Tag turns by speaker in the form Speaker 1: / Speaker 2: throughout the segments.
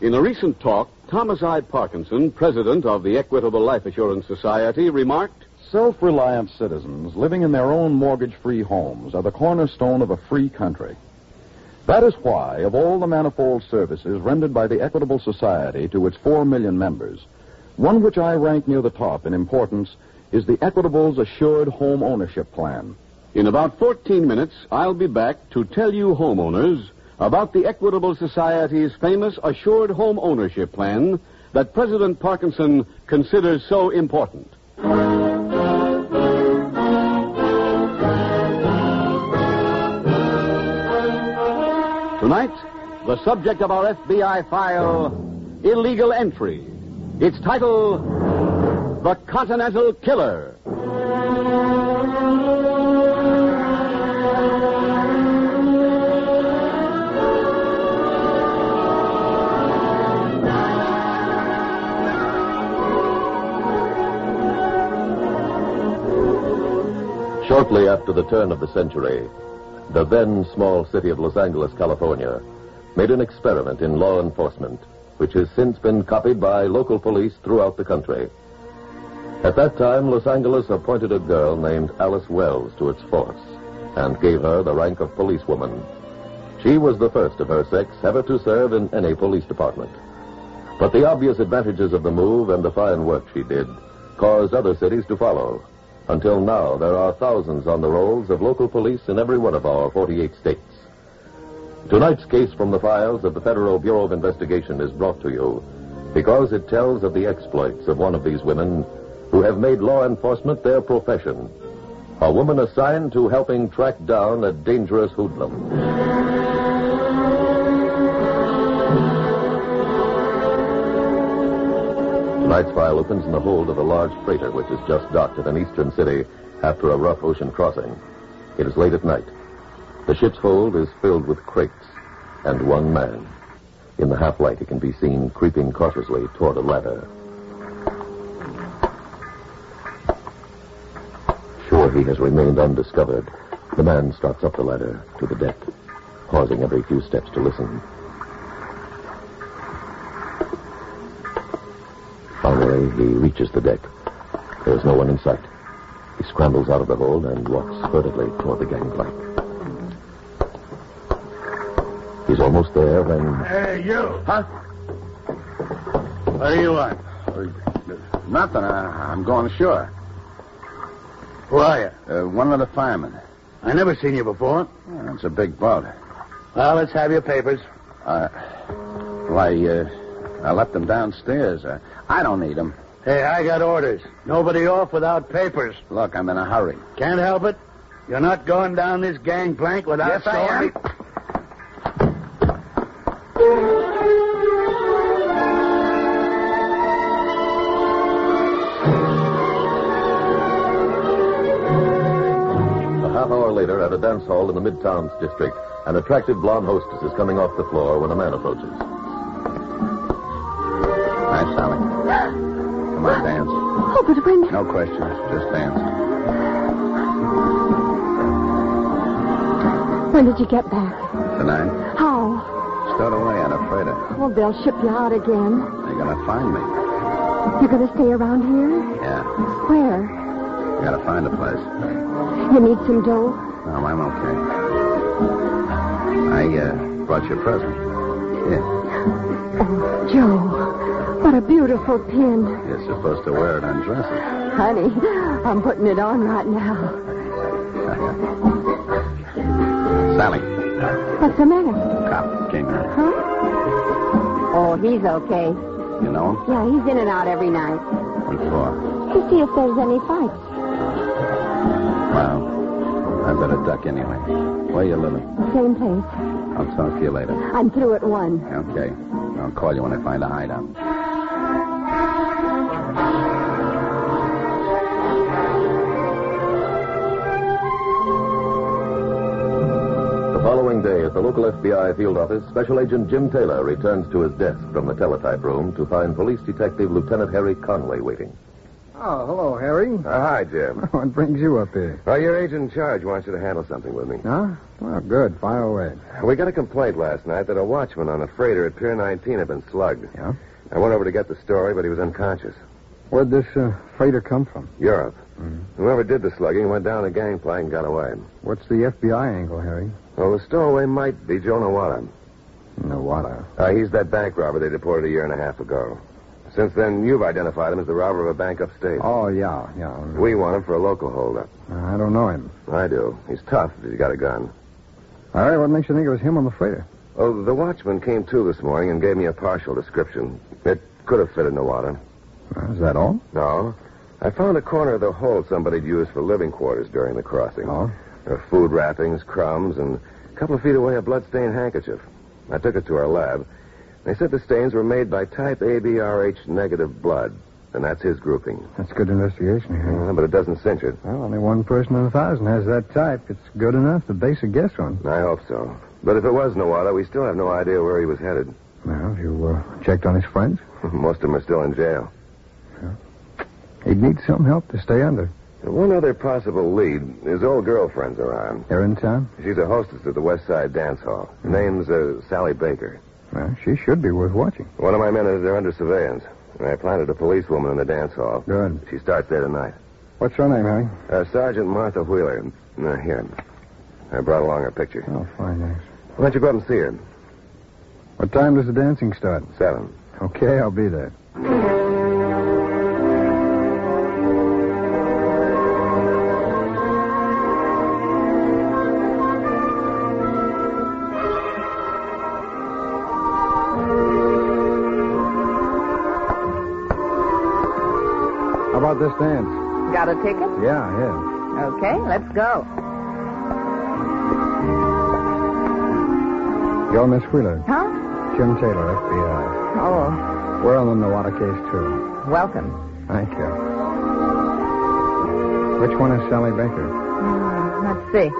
Speaker 1: In a recent talk, Thomas I. Parkinson, president of the Equitable Life Assurance Society, remarked
Speaker 2: Self reliant citizens living in their own mortgage free homes are the cornerstone of a free country. That is why, of all the manifold services rendered by the Equitable Society to its four million members, one which I rank near the top in importance is the Equitable's Assured Home Ownership Plan.
Speaker 1: In about 14 minutes, I'll be back to tell you homeowners about the Equitable Society's famous Assured Home Ownership Plan that President Parkinson considers so important. Tonight, the subject of our FBI file Illegal Entry. Its title The Continental Killer.
Speaker 3: Shortly after the turn of the century, the then small city of Los Angeles, California, made an experiment in law enforcement, which has since been copied by local police throughout the country. At that time, Los Angeles appointed a girl named Alice Wells to its force and gave her the rank of policewoman. She was the first of her sex ever to serve in any police department. But the obvious advantages of the move and the fine work she did caused other cities to follow. Until now, there are thousands on the rolls of local police in every one of our 48 states. Tonight's case from the files of the Federal Bureau of Investigation is brought to you because it tells of the exploits of one of these women who have made law enforcement their profession. A woman assigned to helping track down a dangerous hoodlum. Tonight's file opens in the hold of a large freighter which has just docked at an eastern city after a rough ocean crossing. It is late at night. The ship's hold is filled with crates and one man. In the half light, he can be seen creeping cautiously toward a ladder. Sure he has remained undiscovered, the man stalks up the ladder to the deck, pausing every few steps to listen. Finally, he reaches the deck. There is no one in sight. He scrambles out of the hold and walks furtively toward the gangplank. He's almost there when.
Speaker 4: Hey, you. Huh? What do you want? Uh, Nothing. I, I'm going ashore. Who are you? Uh, one of the firemen. I never seen you before. That's a big boat. Well, let's have your papers. Uh, well, I, uh, I left them downstairs. Uh, I don't need them. Hey, I got orders. Nobody off without papers. Look, I'm in a hurry. Can't help it. You're not going down this gangplank without yes, I am.
Speaker 3: A half hour later, at a dance hall in the Midtowns district, an attractive blonde hostess is coming off the floor when a man approaches.
Speaker 4: Nice, Sally. Come on, dance.
Speaker 5: Oh, but when
Speaker 4: No questions. Just dance.
Speaker 5: when did you get back?
Speaker 4: Tonight,
Speaker 5: How?
Speaker 4: stowed away on a freighter.
Speaker 5: Well, they'll ship you out again.
Speaker 4: They're gonna find me.
Speaker 5: You're going to stay around here?
Speaker 4: Yeah.
Speaker 5: Where?
Speaker 4: Gotta find a place.
Speaker 5: You need some dough?
Speaker 4: No, I'm okay. I uh, brought you a present. Yeah,
Speaker 5: Oh, Joe, what a beautiful pin.
Speaker 4: you're supposed to wear it on dresses.
Speaker 5: Honey, I'm putting it on right now.
Speaker 4: Sally,
Speaker 5: What's the matter?
Speaker 4: cop came in.
Speaker 5: Huh? Oh, he's okay.
Speaker 4: You know
Speaker 5: Yeah, he's in and out every night.
Speaker 4: him before.
Speaker 5: To see if there's any fights.
Speaker 3: Well, I better duck anyway. Where you living?
Speaker 1: The same place.
Speaker 3: I'll talk to you later.
Speaker 1: I'm through at one.
Speaker 3: Okay. I'll call you when I find a hideout.
Speaker 6: The following day at the local FBI field office, Special Agent Jim Taylor returns to his desk from the teletype room to find Police Detective Lieutenant Harry Conway waiting.
Speaker 7: Oh, hello, Harry.
Speaker 3: Uh, hi, Jim.
Speaker 7: What brings you up here?
Speaker 3: Well, your agent in charge wants you to handle something with me.
Speaker 7: Huh? Well, good. Fire away.
Speaker 3: We got a complaint last night that a watchman on a freighter at Pier 19 had been slugged.
Speaker 7: Yeah?
Speaker 3: I went over to get the story, but he was unconscious.
Speaker 7: Where'd this uh, freighter come from?
Speaker 3: Europe.
Speaker 7: Mm-hmm.
Speaker 3: Whoever did the slugging went down the gangplank and got away.
Speaker 7: What's the FBI angle, Harry?
Speaker 3: Well, the stowaway might be Joe Nawada.
Speaker 7: No, what? uh,
Speaker 3: Uh, he's that bank robber they deported a year and a half ago. Since then, you've identified him as the robber of a bank upstate.
Speaker 7: Oh, yeah, yeah.
Speaker 3: We want him for a local holdup.
Speaker 7: I don't know him.
Speaker 3: I do. He's tough, but he's got a gun.
Speaker 7: All right, what makes you think it was him on the freighter?
Speaker 3: Oh, the watchman came to this morning and gave me a partial description. It could have fitted Nawada.
Speaker 7: Uh, is that all?
Speaker 3: No. I found a corner of the hole somebody'd used for living quarters during the crossing.
Speaker 7: Oh.
Speaker 3: There were food wrappings, crumbs, and a couple of feet away a bloodstained handkerchief. I took it to our lab. They said the stains were made by type ABRH negative blood, and that's his grouping.
Speaker 7: That's good investigation, Harry.
Speaker 3: Uh, but it doesn't cinch it.
Speaker 7: Well, only one person in a thousand has that type. It's good enough to base a guess on.
Speaker 3: I hope so. But if it was Nawada, we still have no idea where he was headed.
Speaker 7: Well, have you uh, checked on his friends?
Speaker 3: Most of them are still in jail.
Speaker 7: He'd need some help to stay under.
Speaker 3: And one other possible lead. His old girlfriend's around.
Speaker 7: They're in town?
Speaker 3: She's a hostess at the West Side Dance Hall. Her name's uh, Sally Baker.
Speaker 7: Well, she should be worth watching.
Speaker 3: One of my men is there under surveillance. And I planted a policewoman in the dance hall.
Speaker 7: Good.
Speaker 3: She starts there tonight.
Speaker 7: What's her name, Harry?
Speaker 3: Uh, Sergeant Martha Wheeler. Uh, here. I brought along her picture.
Speaker 7: Oh, fine, thanks.
Speaker 3: Why don't you go up and see her?
Speaker 7: What time does the dancing start?
Speaker 3: Seven.
Speaker 7: Okay, I'll be there. How about this dance?
Speaker 5: Got a ticket?
Speaker 7: Yeah, yeah.
Speaker 5: Okay, let's go.
Speaker 7: You're Miss Wheeler,
Speaker 5: Huh?
Speaker 7: Jim Taylor, FBI.
Speaker 5: Oh,
Speaker 7: We're on the Nawada case, too.
Speaker 5: welcome.
Speaker 7: Thank you. Which one is Sally Baker?
Speaker 5: Hmm, Let's see.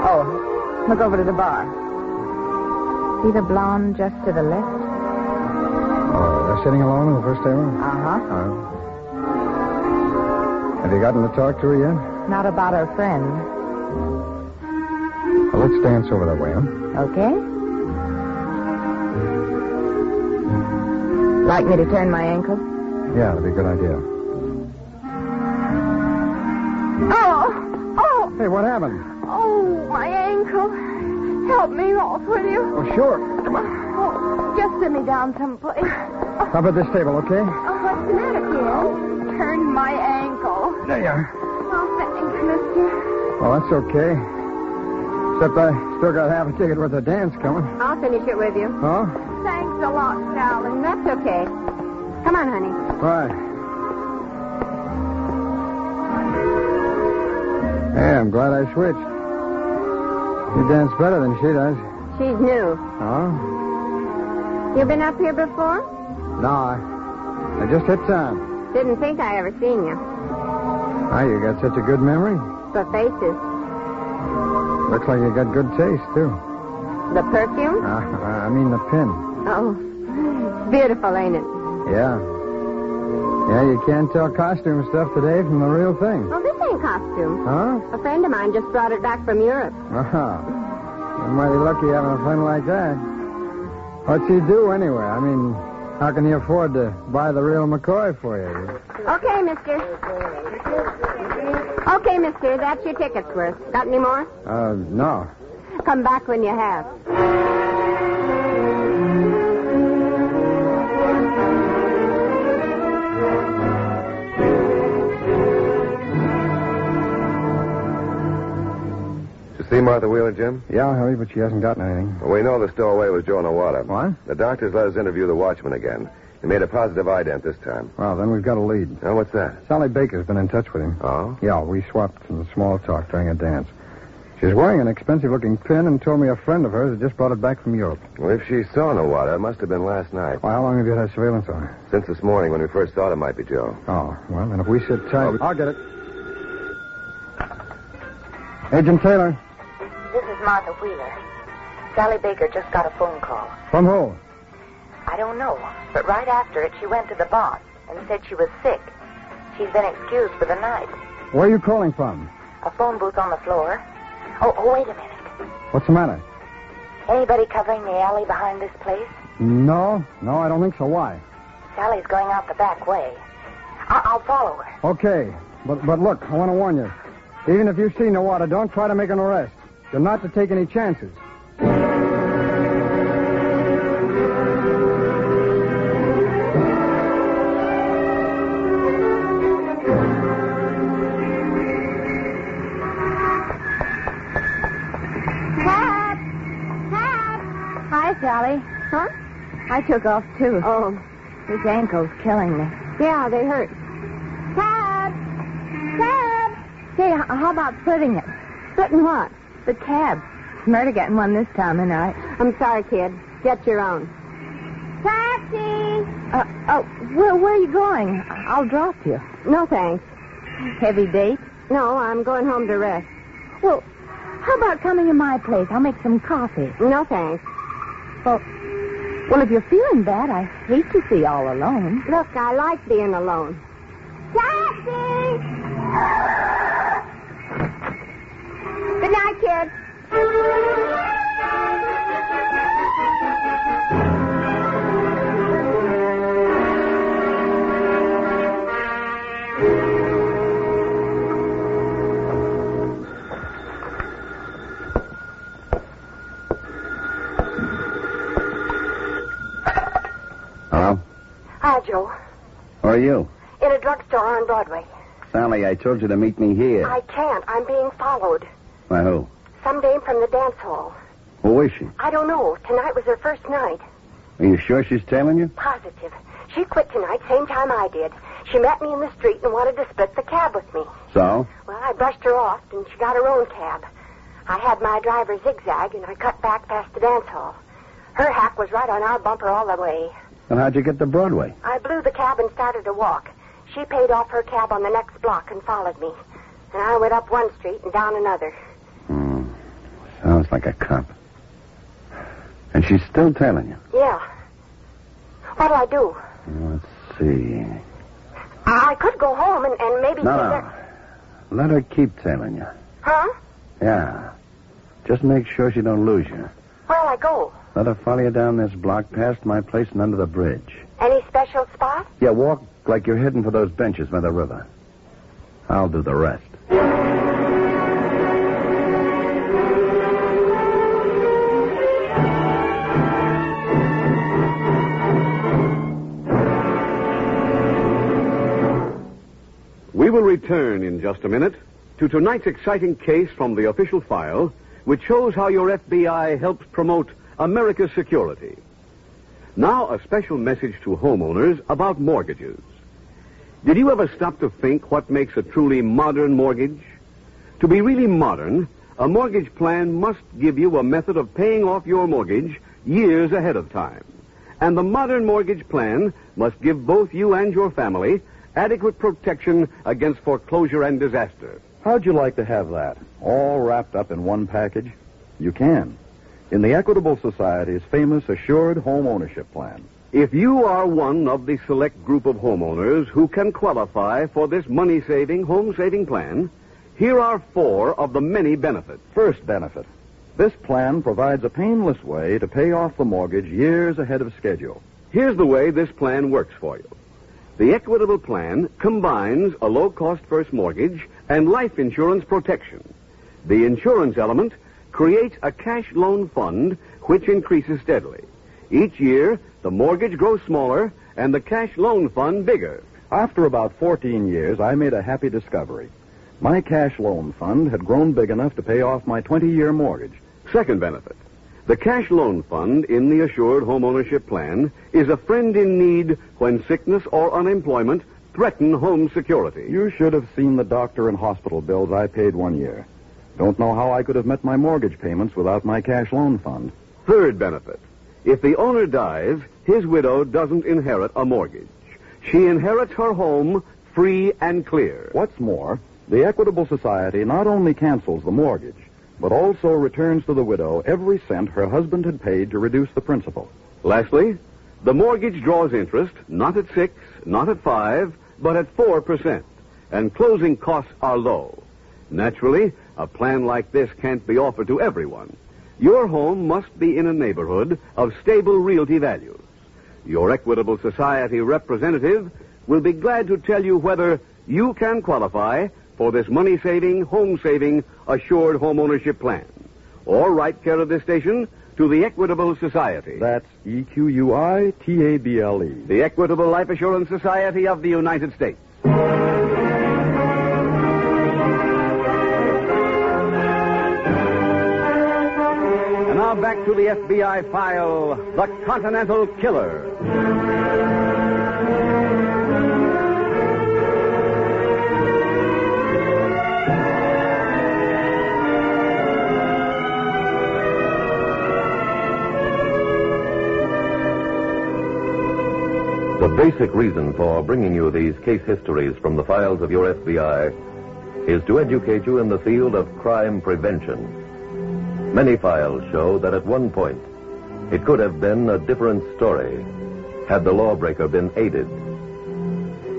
Speaker 5: Oh, look over to the bar. See the blonde just to the left?
Speaker 7: Oh, they're sitting alone in the first table?
Speaker 5: Uh
Speaker 7: Uh, have you gotten to talk to her yet?
Speaker 5: huh. Not about her friend.
Speaker 7: Well, let's dance over that way, huh?
Speaker 5: Okay? Like me to turn my ankle?
Speaker 7: Yeah, that'd be a good idea.
Speaker 5: Oh! Oh!
Speaker 7: Hey, what happened?
Speaker 5: Oh, my ankle. Help me off, will you?
Speaker 7: Oh, sure.
Speaker 5: Oh, just sit me down someplace. Oh,
Speaker 7: Up at this table, okay?
Speaker 5: what's the matter, kid? Turned my ankle.
Speaker 7: There you are.
Speaker 5: Oh, thanks, mister.
Speaker 7: Well, that's okay. Except I still got half a ticket worth of dance coming.
Speaker 5: I'll finish it with you.
Speaker 7: Huh?
Speaker 5: Thanks a lot, darling. That's okay. Come on, honey.
Speaker 7: Right. Hey, I'm glad I switched. You dance better than she does.
Speaker 5: She's new.
Speaker 7: Oh?
Speaker 5: You been up here before?
Speaker 7: No, I, I just hit time.
Speaker 5: Didn't think I ever seen you.
Speaker 7: Ah, you got such a good memory.
Speaker 5: The faces,
Speaker 7: Looks like you got good taste, too.
Speaker 5: the perfume.
Speaker 7: Uh, I mean the pin.
Speaker 5: Oh, beautiful, ain't it?
Speaker 7: Yeah. Yeah, you can't tell costume stuff today from the real thing.
Speaker 5: Well, this ain't costume.
Speaker 7: Huh?
Speaker 5: A friend of mine just brought it back from Europe.
Speaker 7: Uh-huh. You're mighty lucky having a friend like that. What's he do anyway? I mean, how can he afford to buy the real McCoy for you?
Speaker 5: Okay, mister. Okay, mister, that's your ticket's worth. Got any more?
Speaker 7: Uh, no.
Speaker 5: Come back when you have.
Speaker 3: Did you see Martha Wheeler, Jim?
Speaker 7: Yeah, Harry, but she hasn't gotten anything.
Speaker 3: We know the stowaway was Joe Nawada.
Speaker 7: What?
Speaker 3: The doctors let us interview the watchman again. He made a positive ident this time.
Speaker 7: Well, then we've got a lead.
Speaker 3: Now, what's that?
Speaker 7: Sally Baker's been in touch with him.
Speaker 3: Oh?
Speaker 7: Yeah, we swapped some small talk during a dance. She's wearing an expensive looking pin and told me a friend of hers had just brought it back from Europe.
Speaker 3: Well, if she saw Nawada, it must have been last night.
Speaker 7: Well, how long have you had surveillance on her?
Speaker 3: Since this morning when we first thought it might be Joe.
Speaker 7: Oh, well, then if we sit tight. I'll get it. Agent Taylor,
Speaker 8: This is Martha Wheeler. Sally Baker just got a phone call.
Speaker 7: from who?
Speaker 8: I don't know, but right after it, she went to the boss and said she was sick. She's been excused for the night.
Speaker 7: Where are you calling from?
Speaker 8: A phone booth on the floor. Oh, oh wait a minute.
Speaker 7: What's the matter?
Speaker 8: Anybody covering the alley behind this place?
Speaker 7: No, no, I don't think so. Why?
Speaker 8: Sally's going out the back way. I- I'll follow her.
Speaker 7: Okay, but but look, I want to warn you. Even if you see Nawada, don't try to make an arrest. You're not to take any chances.
Speaker 9: Pat! Pat! Hi, Sally. Huh? I took off, too. Oh. This ankle's killing me. Yeah, they hurt. Pat! Pat! Say, h- how about splitting it? Splitting what? The tab. Murder getting one this time of night. I'm sorry, kid. Get your own. Patsy! Uh, oh, where, where are you going? I'll drop you. No, thanks. Heavy date? No, I'm going home to rest. Well, how about coming to my place? I'll make some coffee. No, thanks. Well, well, if you're feeling bad, I hate to see you all alone. Look, I like being alone. Taxi! Good night, kids.
Speaker 10: Hello?
Speaker 8: Hi, Joe.
Speaker 10: Who are you?
Speaker 8: In a drugstore on Broadway.
Speaker 10: Sally, I told you to meet me here.
Speaker 8: I can't. I'm being followed.
Speaker 10: By who?
Speaker 8: Some dame from the dance hall.
Speaker 10: Who is she?
Speaker 8: I don't know. Tonight was her first night.
Speaker 10: Are you sure she's tailing you?
Speaker 8: Positive. She quit tonight, same time I did. She met me in the street and wanted to split the cab with me.
Speaker 10: So?
Speaker 8: Well, I brushed her off, and she got her own cab. I had my driver zigzag, and I cut back past the dance hall. Her hack was right on our bumper all the way.
Speaker 10: Then how'd you get to Broadway?
Speaker 8: I blew the cab and started to walk. She paid off her cab on the next block and followed me. And I went up one street and down another.
Speaker 10: Hmm. Sounds like a cop. And she's still tailing you.
Speaker 8: Yeah. What'll I do?
Speaker 10: Let's see.
Speaker 8: I I could go home and, and maybe.
Speaker 10: No,
Speaker 8: see
Speaker 10: no.
Speaker 8: her-
Speaker 10: Let her keep tailing you.
Speaker 8: Huh?
Speaker 10: Yeah. Just make sure she don't lose you.
Speaker 8: Where'll I go?
Speaker 10: Let her follow you down this block, past my place and under the bridge.
Speaker 8: Any special spot?
Speaker 10: Yeah, walk like you're heading for those benches by the river. I'll do the rest.
Speaker 1: We will return in just a minute to tonight's exciting case from the official file, which shows how your FBI helps promote America's security. Now, a special message to homeowners about mortgages. Did you ever stop to think what makes a truly modern mortgage? To be really modern, a mortgage plan must give you a method of paying off your mortgage years ahead of time. And the modern mortgage plan must give both you and your family adequate protection against foreclosure and disaster.
Speaker 11: How'd you like to have that? All wrapped up in one package? You can. In the Equitable Society's famous Assured Home Ownership Plan.
Speaker 1: If you are one of the select group of homeowners who can qualify for this money saving, home saving plan, here are four of the many benefits.
Speaker 11: First benefit this plan provides a painless way to pay off the mortgage years ahead of schedule.
Speaker 1: Here's the way this plan works for you. The Equitable Plan combines a low cost first mortgage and life insurance protection. The insurance element creates a cash loan fund which increases steadily. Each year, the mortgage grows smaller and the cash loan fund bigger.
Speaker 11: After about 14 years, I made a happy discovery.
Speaker 2: My cash loan fund had grown big enough to pay off my 20 year mortgage.
Speaker 1: Second benefit the cash loan fund in the Assured Home Ownership Plan is a friend in need when sickness or unemployment threaten home security.
Speaker 2: You should have seen the doctor and hospital bills I paid one year. Don't know how I could have met my mortgage payments without my cash loan fund.
Speaker 1: Third benefit if the owner dies, his widow doesn't inherit a mortgage. She inherits her home free and clear.
Speaker 2: What's more, the Equitable Society not only cancels the mortgage, but also returns to the widow every cent her husband had paid to reduce the principal.
Speaker 1: Lastly, the mortgage draws interest not at 6, not at 5, but at 4%, and closing costs are low. Naturally, a plan like this can't be offered to everyone. Your home must be in a neighborhood of stable realty values. Your Equitable Society representative will be glad to tell you whether you can qualify for this money saving, home saving, assured home ownership plan. Or write care of this station to the Equitable Society.
Speaker 2: That's E Q U I T A B L E.
Speaker 1: The Equitable Life Assurance Society of the United States. And now back to the FBI file The Continental Killer.
Speaker 3: The basic reason for bringing you these case histories from the files of your FBI is to educate you in the field of crime prevention. Many files show that at one point it could have been a different story had the lawbreaker been aided.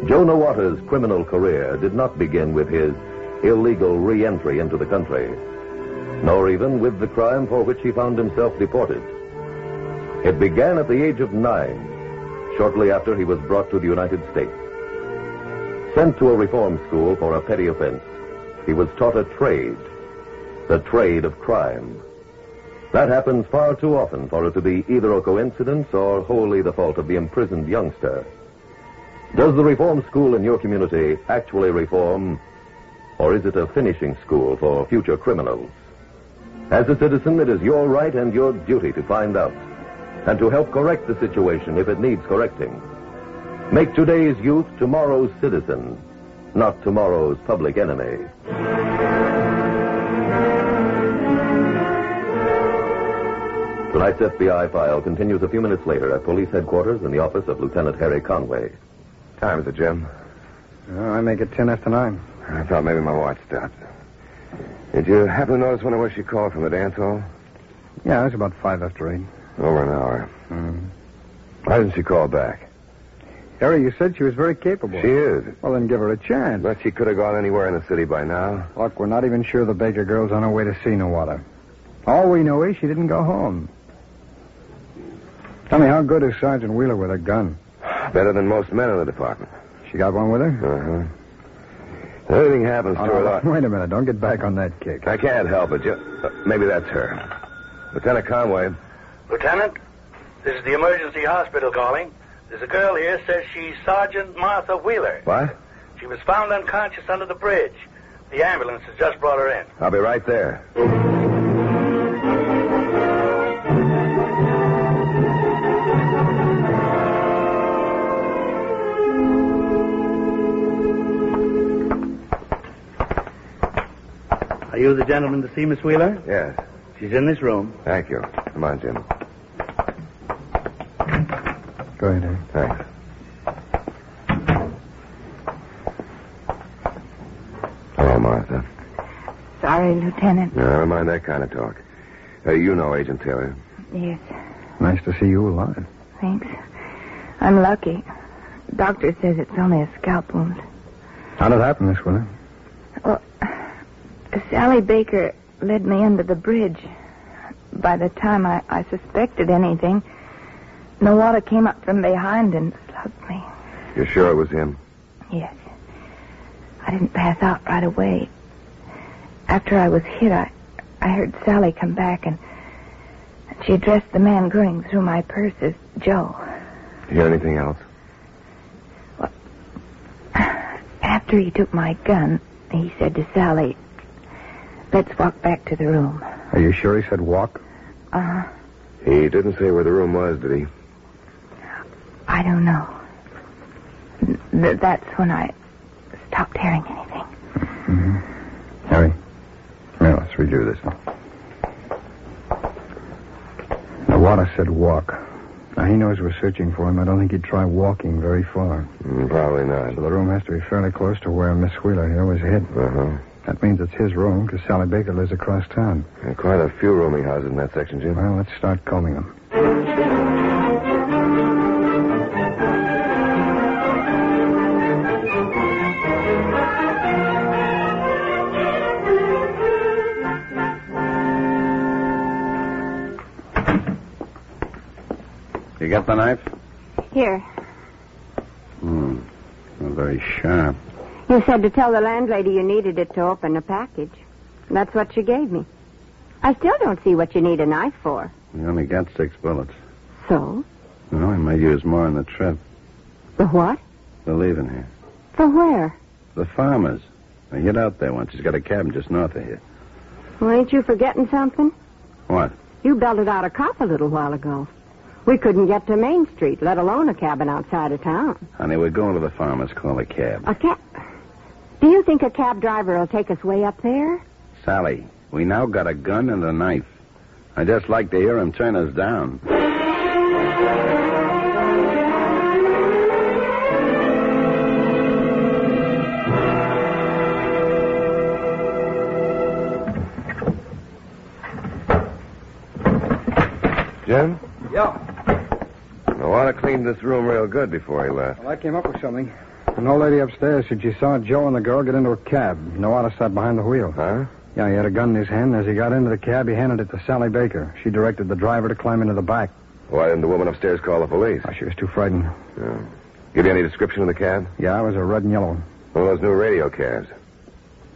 Speaker 3: Jonah Waters' criminal career did not begin with his illegal re entry into the country, nor even with the crime for which he found himself deported. It began at the age of nine shortly after he was brought to the United States. Sent to a reform school for a petty offense, he was taught a trade, the trade of crime. That happens far too often for it to be either a coincidence or wholly the fault of the imprisoned youngster. Does the reform school in your community actually reform, or is it a finishing school for future criminals? As a citizen, it is your right and your duty to find out and to help correct the situation if it needs correcting. Make today's youth tomorrow's citizen, not tomorrow's public enemy. Tonight's FBI file continues a few minutes later at police headquarters in the office of Lieutenant Harry Conway.
Speaker 12: Time is it, Jim?
Speaker 7: Well, I make it ten after nine.
Speaker 12: I thought maybe my watch stopped. Did you happen to notice when it was she called from the dance hall?
Speaker 7: Yeah, it's about five after eight. Hmm.
Speaker 12: Over an hour. Why didn't she call back?
Speaker 7: Harry, you said she was very capable.
Speaker 12: She is.
Speaker 7: Well, then give her a chance.
Speaker 12: But she could have gone anywhere in the city by now.
Speaker 7: Look, we're not even sure the Baker girl's on her way to see Newwater. All we know is she didn't go home. Tell me, how good is Sergeant Wheeler with a gun?
Speaker 12: Better than most men in the department.
Speaker 7: She got one with her?
Speaker 12: Uh huh. Everything happens
Speaker 7: Oh,
Speaker 12: to
Speaker 7: no,
Speaker 12: her
Speaker 3: Uh-huh.
Speaker 12: lot.
Speaker 7: Wait a minute. Don't get back on that kick.
Speaker 12: I can't help it. Ju- uh, maybe that's her. Lieutenant Conway.
Speaker 13: Lieutenant, this is the emergency hospital calling. There's a girl here says she's Sergeant Martha Wheeler.
Speaker 12: What?
Speaker 13: She was found unconscious under the bridge. The ambulance has just brought her in.
Speaker 12: I'll be right there.
Speaker 13: Are you the gentleman to see Miss Wheeler?
Speaker 12: Yes.
Speaker 13: She's in this room.
Speaker 12: Thank you. Come on, Jim.
Speaker 7: Go ahead, Harry.
Speaker 12: Thanks. Hello, Martha.
Speaker 9: Sorry, Lieutenant.
Speaker 12: No, never mind that kind of talk. Uh, you know Agent Taylor.
Speaker 9: Yes,
Speaker 7: Nice to see you alive.
Speaker 9: thanks. I'm lucky. Doctor says it's only a scalp wound.
Speaker 7: How'd it happen, Miss Wheeler?
Speaker 9: Well, Sally Baker led me under the bridge. By the time I, I suspected anything, the water came up from behind and slugged me.
Speaker 12: You're sure it was him?
Speaker 9: Yes. I didn't pass out right away. After I was hit, I, I heard Sally come back and she addressed the man going through my purse as Joe.
Speaker 12: You hear anything else?
Speaker 9: After he took my gun, He said to Sally, Let's walk back to the room.
Speaker 3: Are you sure he said walk?
Speaker 9: Uh huh.
Speaker 3: He didn't say where the room was, did he?
Speaker 9: I don't know. Th- that's when I stopped hearing anything.
Speaker 3: Harry. Now, let's redo this one.
Speaker 7: Nawada said walk. Now, he knows we're searching for him. I don't think he'd try walking very far.
Speaker 3: Mm, probably not.
Speaker 7: So the room has to be fairly close to where Miss Wheeler here was hid.
Speaker 3: Uh-huh.
Speaker 7: That means it's his room, because Sally Baker lives across town.
Speaker 3: There are quite a few rooming houses in that section, Jim.
Speaker 7: Well, let's start combing them.
Speaker 14: You got the knife?
Speaker 9: Here.
Speaker 14: Hmm. Not very sharp.
Speaker 5: You said to tell the landlady you needed it to open a package. That's what you gave me. I still don't see what you need a knife for.
Speaker 14: We only got six bullets.
Speaker 5: So?
Speaker 14: You know, I might use more on the trip.
Speaker 5: The what?
Speaker 14: They're leaving here.
Speaker 5: For where?
Speaker 14: The farmers. They hid out there once. He's got a cabin just north of here.
Speaker 5: Well, ain't you forgetting something?
Speaker 14: What?
Speaker 5: You belted out a cop a little while ago. We couldn't get to Main Street, let alone a cabin outside of town.
Speaker 14: Honey, we're going to the farmers. Call a cab.
Speaker 5: A cab. Do you think a cab driver will take us way up there?
Speaker 14: Sally, we now got a gun and a knife. I just like to hear him turn us down.
Speaker 3: Jim?
Speaker 7: Yeah.
Speaker 3: Nawada cleaned this room real good before he left.
Speaker 7: Well, I came up with something. An old lady upstairs said she saw Joe and the girl get into a cab. Nawada sat behind the wheel.
Speaker 3: Huh?
Speaker 7: Yeah, he had a gun in his hand. As he got into the cab, he handed it to Sally Baker. She directed the driver to climb into the back.
Speaker 3: Why didn't the woman upstairs call the police?
Speaker 7: Oh, she was too frightened.
Speaker 3: Yeah. Give you any description of the cab?
Speaker 7: Yeah, it was a red and yellow.
Speaker 3: One of those new radio cabs.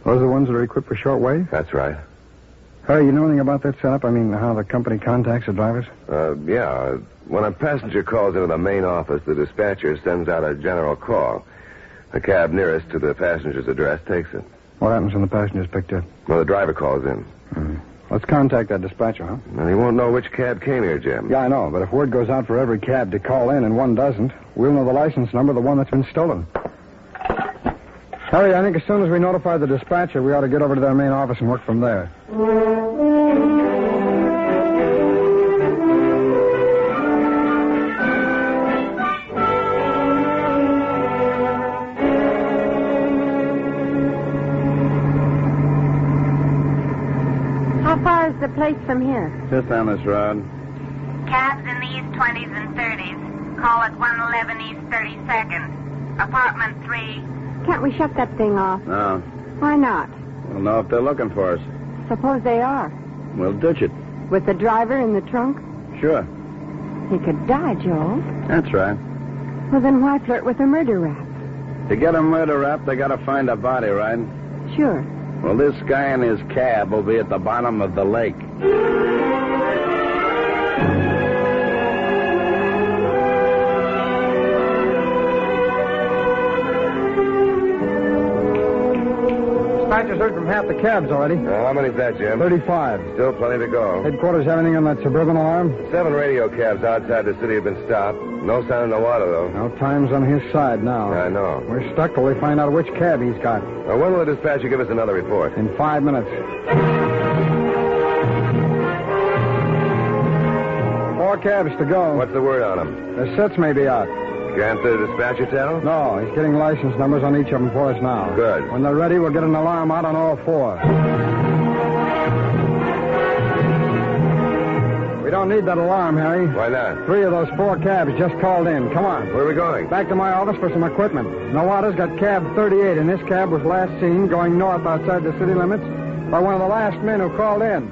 Speaker 7: Those are the ones that are equipped for shortwave?
Speaker 3: That's right.
Speaker 7: Harry, you know anything about that setup? I mean, how the company contacts the drivers?
Speaker 3: Uh, yeah. When a passenger calls into the main office, the dispatcher sends out a general call. The cab nearest to the passenger's address takes it.
Speaker 7: What happens when the passenger's picked up?
Speaker 3: Well, the driver calls in.
Speaker 7: Hmm. Let's contact that dispatcher, huh?
Speaker 3: And he won't know which cab came here, Jim.
Speaker 7: Yeah, I know, but if word goes out for every cab to call in and one doesn't, we'll know the license number of the one that's been stolen. Harry, I think as soon as we notify the dispatcher, we ought to get over to their main office and work from there.
Speaker 9: How far is the place from here?
Speaker 14: Just down this road.
Speaker 15: Cabs in the East 20s and 30s. Call at 111 East 32nd. Apartment 3.
Speaker 5: Can't we shut that thing off?
Speaker 14: No.
Speaker 5: Why not?
Speaker 14: We'll know if they're looking for us.
Speaker 5: Suppose they are.
Speaker 14: We'll ditch it.
Speaker 5: With the driver in the trunk?
Speaker 14: Sure.
Speaker 5: He could die, Joe.
Speaker 14: That's right.
Speaker 5: Well, then why flirt with a murder rap?
Speaker 14: To get a murder rap, they gotta find a body, right?
Speaker 5: Sure.
Speaker 14: Well, this guy and his cab will be at the bottom of the lake.
Speaker 7: Dispatcher's heard from half the cabs already.
Speaker 3: Now, Uh, how many's that, Jim?
Speaker 7: 35.
Speaker 3: Still plenty to go.
Speaker 7: Headquarters have anything on that suburban alarm?
Speaker 3: Seven radio cabs outside the city have been stopped. No sign of the water, though.
Speaker 7: No time's on his side now.
Speaker 3: I know.
Speaker 7: We're stuck till we find out which cab he's got.
Speaker 3: Now, when will the dispatcher give us another report?
Speaker 7: In five minutes. Four cabs to go.
Speaker 3: What's the word on him?
Speaker 7: The sets may be out.
Speaker 3: Can't the dispatcher tell?
Speaker 7: No, he's getting license numbers on each of them for us now.
Speaker 3: Good.
Speaker 7: When they're ready, we'll get an alarm out on all four. We don't need that alarm, Harry.
Speaker 3: Why not?
Speaker 7: Three of those four cabs just called in. Come on.
Speaker 3: Where are we going?
Speaker 7: Back to my office for some equipment. Nawada's got cab 38, and this cab was last seen going north outside the city limits by one of the last men who called in.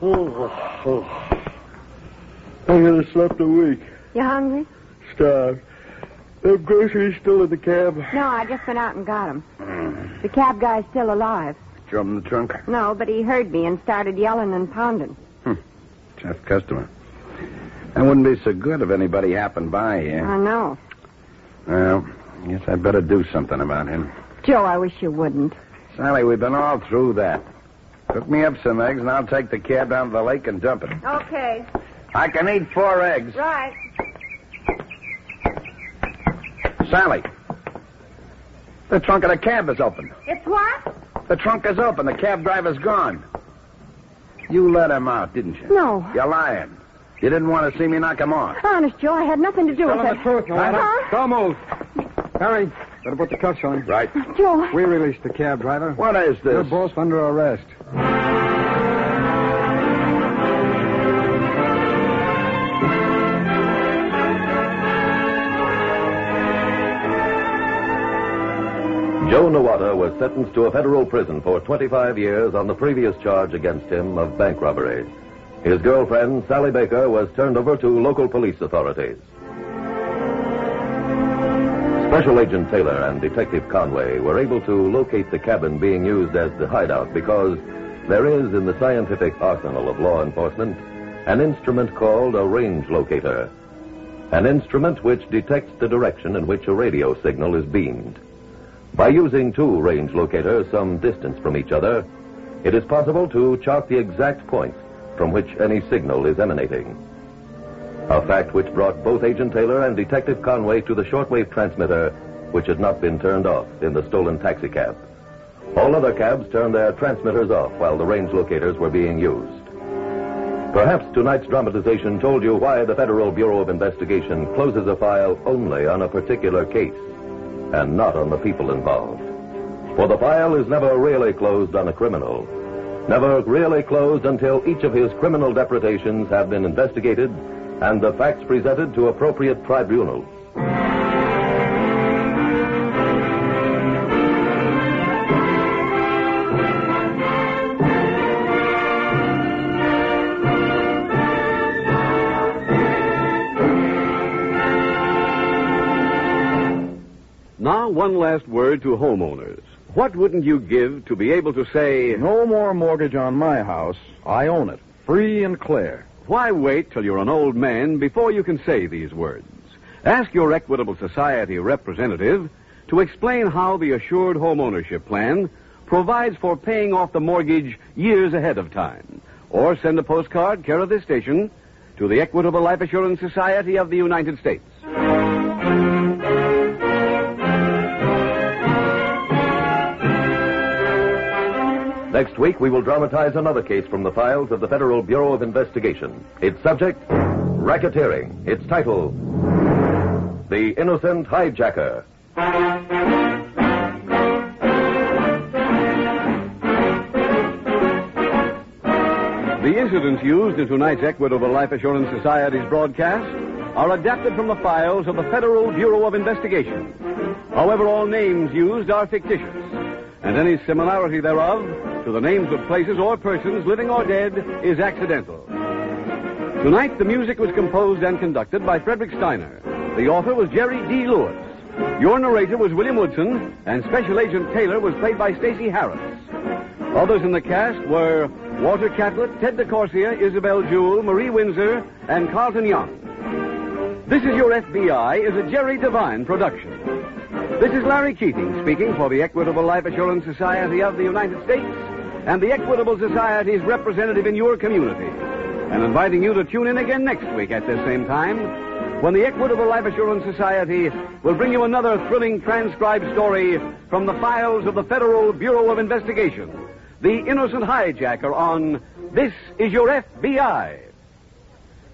Speaker 1: Oh, oh. I haven't slept a week.
Speaker 5: You hungry?
Speaker 1: Starved. The groceries still in the cab.
Speaker 5: No, I just went out and got him.
Speaker 14: Mm-hmm.
Speaker 5: The cab guy's still alive.
Speaker 14: Jump in the trunk.
Speaker 5: No, but he heard me and started yelling and pounding.
Speaker 4: Tough customer. That wouldn't be so good if anybody happened by here.
Speaker 5: I know.
Speaker 4: Well, guess I'd better do something about him.
Speaker 5: Joe, I wish you wouldn't.
Speaker 4: Sally, we've been all through that. Cook me up some eggs, and I'll take the cab down to the lake and dump it.
Speaker 5: Okay.
Speaker 4: I can eat four eggs.
Speaker 5: Right.
Speaker 4: Sally, the trunk of the cab is open.
Speaker 9: It's what?
Speaker 4: The trunk is open. The cab driver's gone. You let him out, didn't you?
Speaker 5: No.
Speaker 4: You're lying. You didn't want to see me knock him off.
Speaker 5: Honest, Joe, I had nothing to do with it. Huh?
Speaker 7: Don't move. Harry, better put the cuffs on him.
Speaker 4: Right.
Speaker 5: Joe.
Speaker 7: We released the cab driver.
Speaker 4: What is this?
Speaker 7: You're both under arrest.
Speaker 3: Joe Nawata was sentenced to a federal prison for 25 years on the previous charge against him of bank robbery. His girlfriend, Sally Baker, was turned over to local police authorities. Special Agent Taylor and Detective Conway were able to locate the cabin being used as the hideout because there is in the scientific arsenal of law enforcement an instrument called a range locator, an instrument which detects the direction in which a radio signal is beamed. By using two range locators some distance from each other, it is possible to chart the exact point from which any signal is emanating. A fact which brought both Agent Taylor and Detective Conway to the shortwave transmitter, which had not been turned off in the stolen taxicab. All other cabs turned their transmitters off while the range locators were being used. Perhaps tonight's dramatization told you why the Federal Bureau of Investigation closes a file only on a particular case and not on the people involved. For the file is never really closed on a criminal, never really closed until each of his criminal depredations have been investigated and the facts presented to appropriate tribunals.
Speaker 1: Now, one last word to homeowners. What wouldn't you give to be able to say,
Speaker 2: No more mortgage on my house. I own it. Free and clear.
Speaker 1: Why wait till you're an old man before you can say these words? Ask your Equitable Society representative to explain how the Assured Home Ownership Plan provides for paying off the mortgage years ahead of time. Or send a postcard, care of this station, to the Equitable Life Assurance Society of the United States.
Speaker 3: Next week, we will dramatize another case from the files of the Federal Bureau of Investigation. Its subject, racketeering. Its title, The Innocent Hijacker.
Speaker 1: The incidents used in tonight's Equitable Life Assurance Society's broadcast are adapted from the files of the Federal Bureau of Investigation. However, all names used are fictitious, and any similarity thereof to the names of places or persons, living or dead, is accidental. Tonight, the music was composed and conducted by Frederick Steiner. The author was Jerry D. Lewis. Your narrator was William Woodson, and Special Agent Taylor was played by Stacy Harris. Others in the cast were Walter Catlett, Ted DeCorsia, Isabel Jewell, Marie Windsor, and Carlton Young. This is Your FBI is a Jerry Devine production. This is Larry Keating speaking for the Equitable Life Assurance Society of the United States and the Equitable Society's representative in your community, and inviting you to tune in again next week at this same time when the Equitable Life Assurance Society will bring you another thrilling transcribed story from the files of the Federal Bureau of Investigation, The Innocent Hijacker on This Is Your FBI.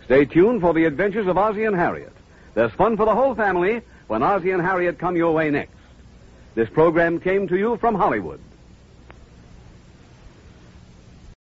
Speaker 1: Stay tuned for the adventures of Ozzie and Harriet. There's fun for the whole family when Ozzie and Harriet come your way next. This program came to you from Hollywood